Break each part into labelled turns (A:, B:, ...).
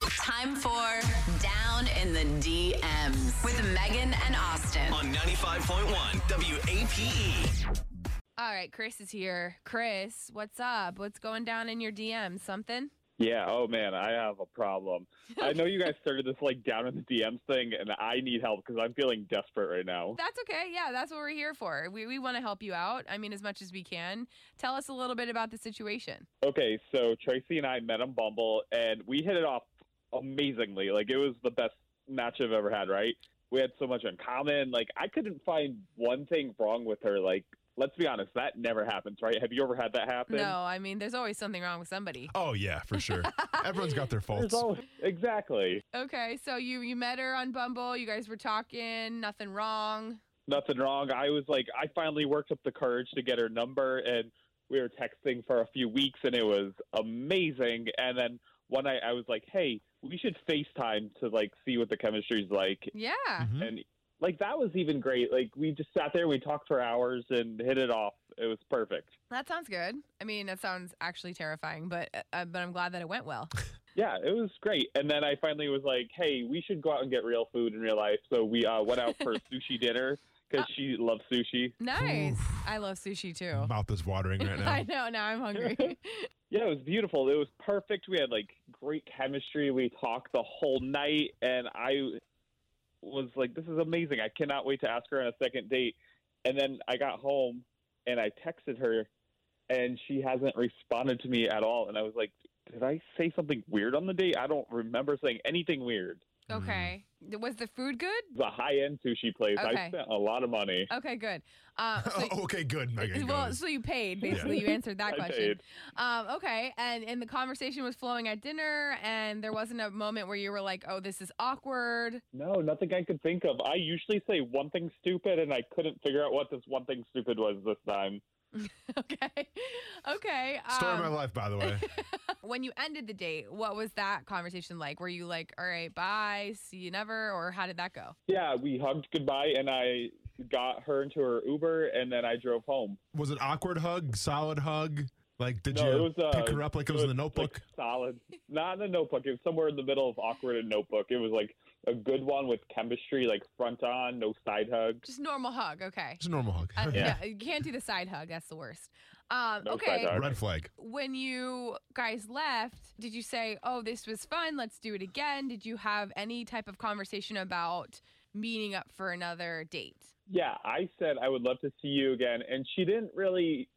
A: time for Down in the DMs with Megan and Austin.
B: on 95.1 WAPE.
C: All right, Chris is here. Chris, what's up? What's going down in your DM? Something?
D: Yeah. Oh man, I have a problem. I know you guys started this like down in the DMs thing, and I need help because I'm feeling desperate right now.
C: That's okay. Yeah, that's what we're here for. We, we want to help you out. I mean, as much as we can. Tell us a little bit about the situation.
D: Okay, so Tracy and I met on Bumble, and we hit it off amazingly. Like it was the best match I've ever had. Right? We had so much in common. Like I couldn't find one thing wrong with her. Like let's be honest, that never happens, right? Have you ever had that happen?
C: No, I mean, there's always something wrong with somebody.
E: Oh yeah, for sure. Everyone's got their
D: There's
E: faults.
D: always- exactly.
C: Okay, so you you met her on Bumble. You guys were talking. Nothing wrong.
D: nothing wrong. I was like, I finally worked up the courage to get her number, and we were texting for a few weeks, and it was amazing. And then one night, I was like, hey, we should FaceTime to like see what the chemistry's like,
C: Yeah.
E: Mhm.
D: and like that was even great. Like we just sat there, we talked for hours, and hit it off. It was perfect.
C: That sounds good. I mean, that sounds actually terrifying, but uh, but I'm glad that it went well.
D: Yeah, it was great. And then I finally was like, hey, we should go out and get real food in real life. So we uh, went out for sushi dinner because she loves sushi.
C: Nice. I love sushi too.
E: Mouth is watering right
C: I
E: now.
C: know. Now I'm hungry.
D: Yeah, it was beautiful. It was perfect. We had like great chemistry. We talked the whole night, and I was like, "This is amazing! I cannot wait to ask her on a second date." And then I got home, and I texted her, and she hasn't responded to me at all. And I was like, "Did I say something weird on the date? I don't remember saying anything weird."
C: okay.
E: Mm-hmm.
C: Was the food good?
D: It's a high end sushi place.
C: Okay.
D: I spent a lot of money.
C: Okay, good. Uh, so,
E: Oh, okay, good. Megan,
C: well,
E: got it.
C: so you paid basically. You answered that
D: I
C: question.
D: paid.
C: Um, okay, and and the conversation was flowing at dinner, and there wasn't a moment where you were like, "Oh, this is awkward."
D: No, nothing I could think of. I usually say one thing stupid, and I couldn't figure out what this one thing stupid was this time.
C: Okay, okay.
E: Story of
C: um,
E: my life, by the way.
C: when you ended the date, what was that conversation like? Were you like, "All right, bye, see you never," or how did that go?
D: Yeah, we hugged goodbye, and I got her into her Uber, and then I drove home.
E: Was it awkward hug? Solid hug? Like, did
D: No,
E: you
D: it was, uh,
E: pick her up like it was in the Notebook?
D: like, solid, not in the Notebook. It was somewhere in the middle of awkward and Notebook. It was like a good one with chemistry, like front on, no side hug.
C: Just normal hug, okay?
E: Just a normal hug.
C: Uh,
D: Yeah.
C: no, you can't do the side hug. That's the worst. Um,
D: No side
C: okay.
D: hug.
E: Red flag.
C: when you guys left, did you say, "Oh, this was fun. Let's do it again"? Did you have any type of conversation about meeting up for another date?
D: Yeah, I said I would love to see you again, and she didn't really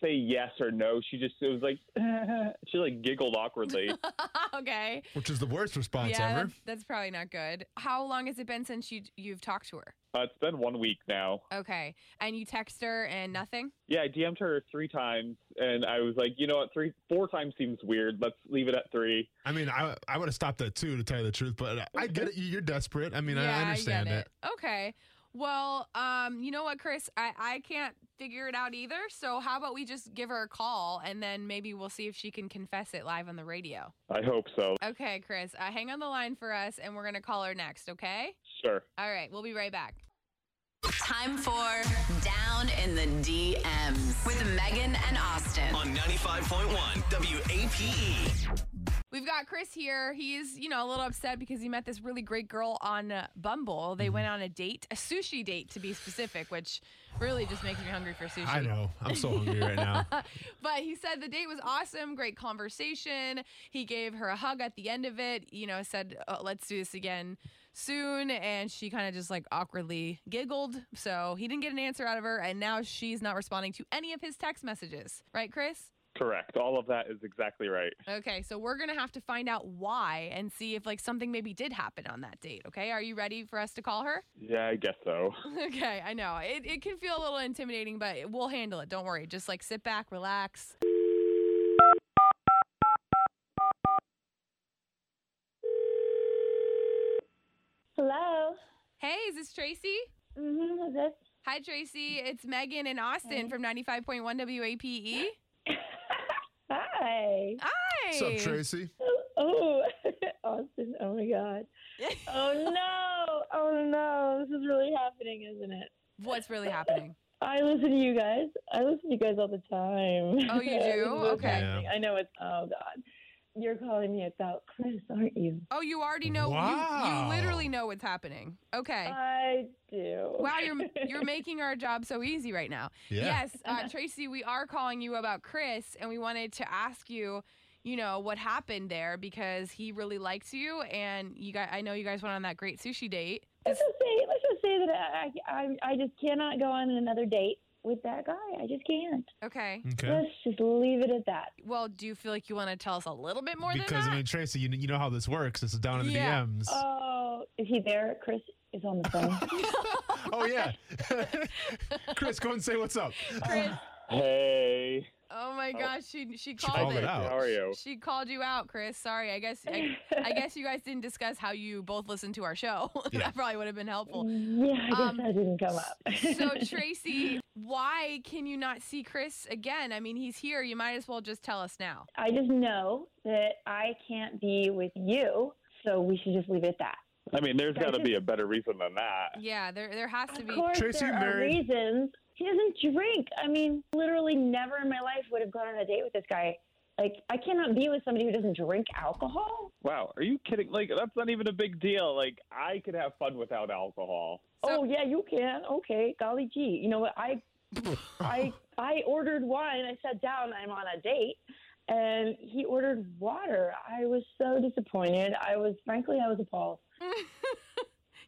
D: say yes or no. She just it was like she like giggled awkwardly.
C: okay.
E: Which is the worst response
C: yeah,
E: ever.
C: that's, that's probably not good. How long has it been since you you've talked to her?
D: uh, it's been one week now.
C: Okay, and you text her and nothing.
D: Yeah, I DM'd her three times, and I was like, you know what, three, four times seems weird. Let's leave it at three.
E: I mean, I I would have stopped that too, to tell you the truth. But I get it. You're desperate. I mean, I understand
C: get
E: it.
C: Okay. Well, um, you know what, Chris? I, I can't figure it out either. So how about we just give her a call and then maybe we'll see if she can confess it live on the radio.
D: I hope so.
C: Okay, Chris, uh, hang on the line for us and we're going to call her next, okay?
D: Sure.
C: All right, we'll be right back.
A: Time for Down in the DMs with Megan and Austin.
B: On 95.1 WAPE.
C: We've got Chris here. He's, you know, a little upset because he met this really great girl on uh, Bumble.
E: Mm-hmm.
C: They went on a date, a sushi date to be specific, which really just makes me hungry for sushi.
E: I know. I'm so hungry right now.
C: but he said the date was awesome, great conversation. He gave her a hug at the end of it, you know, said, oh, let's do this again soon. And she kind of just like awkwardly giggled. So he didn't get an answer out of her. And now she's not responding to any of his text messages. Right, Chris?
D: Correct. All of that is exactly right.
C: Okay, so we're gonna have to find out why and see if like something maybe did happen on that date. Okay, are you ready for us to call her?
D: Yeah, I guess so.
C: Okay, I know it, it can feel a little intimidating, but we'll handle it. Don't worry. Just like sit back, relax.
F: Hello.
C: Hey, is this Tracy?
F: Mm-hmm. Who's this?
C: Hi, Tracy. It's Megan and Austin from 95.1 WAPE.
F: Hi.
C: Hi.
E: What's up, Tracy?
F: Oh, Austin. Oh my God. Oh no. Oh no. This is really happening, isn't it?
C: What's really happening?
F: I listen to you guys. I listen to you guys all the time.
C: Oh, you do?
F: This is
C: Okay.
F: happening. I know it's. Oh God. You're calling me about Chris, aren't you?
C: Oh, you already know. you-
E: Wow.
C: You, literally know what's happening. Okay.
F: I do.
C: wow, you're you're making our job so easy right now.
E: Yeah.
C: Yes, uh, Tracy, we are calling you about Chris, and we wanted to ask you, you know, what happened there because he really likes you, and you guys, I know you guys went on that great sushi date.
F: Let's just say, let's just say that I, I, I- I just cannot go on another date with that guy. I just can't.
C: Okay.
E: Okay.
F: Let's just leave it at that.
C: Well, do you feel like you want to tell us a little bit more
E: Because I
C: than
E: mean, Tracy, you, you know how this works. It's down in the
C: Yeah.
E: DMs.
F: Oh, is he there? Chris is on the phone.
E: oh yeah. Chris, go and say what's up.
C: that? Chris,
D: Hey,
C: oh my gosh, she she
E: Call
C: called
E: it
C: it.
E: out.
D: how are you?
C: She called you out, Chris. Sorry, I guess I, I guess you guys didn't discuss how you both listened to our show.
E: Yeah.
C: that probably would have been helpful.
F: yeah, I guess
C: Um,
F: that didn't come up.
C: so Tracy, why can you not see Chris again? I mean, he's here. You might as well just tell us now.
F: I just know that I can't be with you, so we should just leave it at that.
D: I mean, there's got to be a better reason than that.
C: Yeah, there there has to
F: Of
C: be.
F: course,
E: Tracy,
F: there
E: you
F: are
E: married?
F: reasons. He doesn't drink. I mean, literally never in my life would have gone on a date with this guy. Like, I cannot be with somebody who doesn't drink alcohol.
D: Wow, are you kidding? Like, that's not even a big deal. Like, I could have fun without alcohol.
C: So-
F: oh yeah, you can. Okay, golly gee. You know what? I, I, I ordered wine. I sat down. I'm on a date, and he ordered water. I was so disappointed. I was frankly, I was appalled. Oh.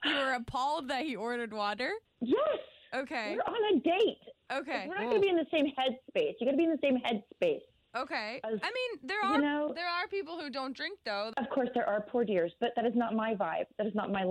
C: You were appalled that he ordered water.
F: Yes,
C: Okay.
F: we're on a date.
C: Okay.
F: We're not gonna be in the same headspace. You gotta be in the same headspace.
C: Okay. I
F: As-
C: mean, there
F: you
C: are
F: know-
C: there are people who don't drink though.
F: Of course, there are poor dears, but that is not my vibe. That is not my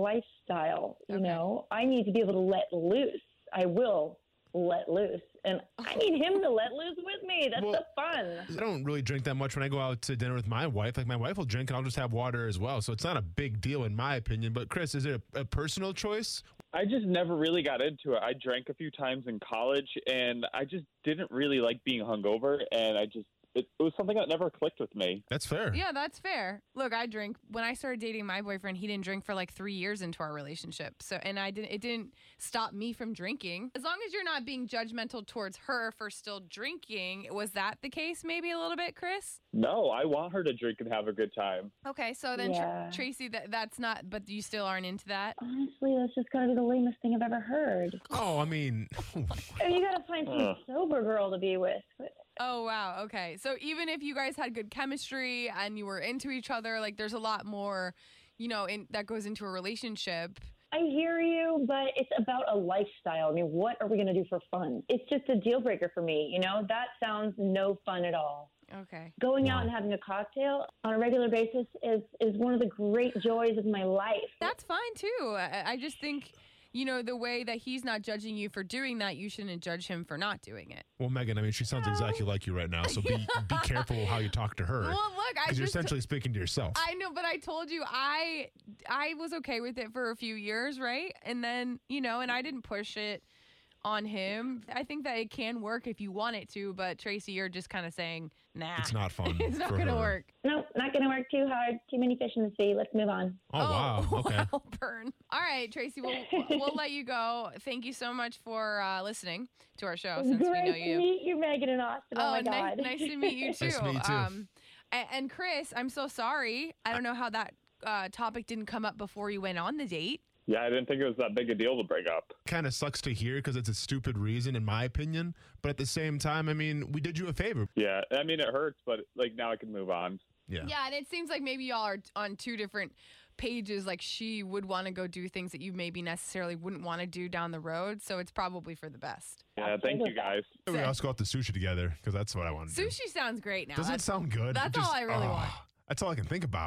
F: lifestyle. You
C: Okay.
F: know, I need to be able to let loose. I will let loose, and I need him to let loose with me. That's
E: Well-
F: the fun.
E: I don't really drink that much when I go out to dinner with my wife. Like my wife will drink, and I'll just have water as well. So it's not a big deal in my opinion. But Chris, is it a, a personal choice?
D: I just never really got into it. I drank a few times in college, and I just didn't really like being hungover. And I just it, it was something that never clicked with me.
E: That's fair.
C: Yeah, that's fair. Look, I drink. When I started dating my boyfriend, he didn't drink for like three years into our relationship. So, and I didn't. It didn't stop me from drinking. As long as you're not being judgmental towards her for still drinking, was that the case? Maybe a little bit, Chris.
D: No, I want her to drink and have a good time.
C: Okay, so then Tr-
F: Yeah.
C: Tracy, that that's not. But you still aren't into that.
F: Honestly, that's just gotta be the lamest thing I've ever heard.
E: Oh, I mean,
F: I mean, you gotta find some
D: Ugh.
F: sober girl to be with. But
C: Oh wow. Okay. So even if you guys had good chemistry and you were into each other, like there's a lot more, you know, in that goes into a relationship.
F: I hear you, but it's about a lifestyle. I mean, what are we gonna do for fun? It's just a deal breaker for me. You know, that sounds no fun at all.
C: Okay.
F: Going out and having a cocktail on a regular basis is is one of the great joys of my life.
C: That's fine too. I, I just think, you know, the way that he's not judging you for doing that, you shouldn't judge him for not doing it.
E: well, Megan, I mean, she sounds exactly like you right now. So be be careful how you talk to her
C: Well, look, I
E: because you're
C: just.
E: essentially speaking to yourself.
C: I know, but I told you I I was okay with it for a few years, right? And then, you know, and I didn't push it on him. I think that it can work if you want it to, but Tracy, you're just kind of saying, nah.
E: it's not fun.
C: It's not
E: for
C: going to
E: her.
C: work.
F: Nope, not gonna work too hard. Too many fish in the sea. Let's move on.
E: Oh, wow. Okay.
C: wow, burn. All right, Tracy, we'll, we'll let you go. Thank you so much for uh, listening to our show Oh, since we
F: great
C: know
F: to
C: you.
F: meet you, Megan and Austin. Oh, my
C: ni-
F: god.
C: Uh, Nice, to meet you too. Um,
E: Nice to meet you too.
C: a- and, Chris, I'm so sorry. I don't know how that uh, topic didn't come up before you went on the date.
D: Yeah, I didn't think it was that big a deal to break up.
E: kind of sucks to hear because it's a stupid reason in my opinion. But at the same time, I mean, we did you a favor.
D: Yeah, I mean it hurts, but like now I can move on.
E: Yeah.
C: Yeah. and it seems like maybe y'all are on two different pages. Like she would want to go do things that you maybe necessarily wouldn't want to do down the road. So it's probably for the best.
D: Yeah, thank you guys.
E: We also go out to sushi together because that's what I want to do.
C: Sushi sounds great now.
E: Mm-hmm. Doesn't it
C: That's-
E: sound good? Ah,
C: that's all I really want.
E: That's all I can think about.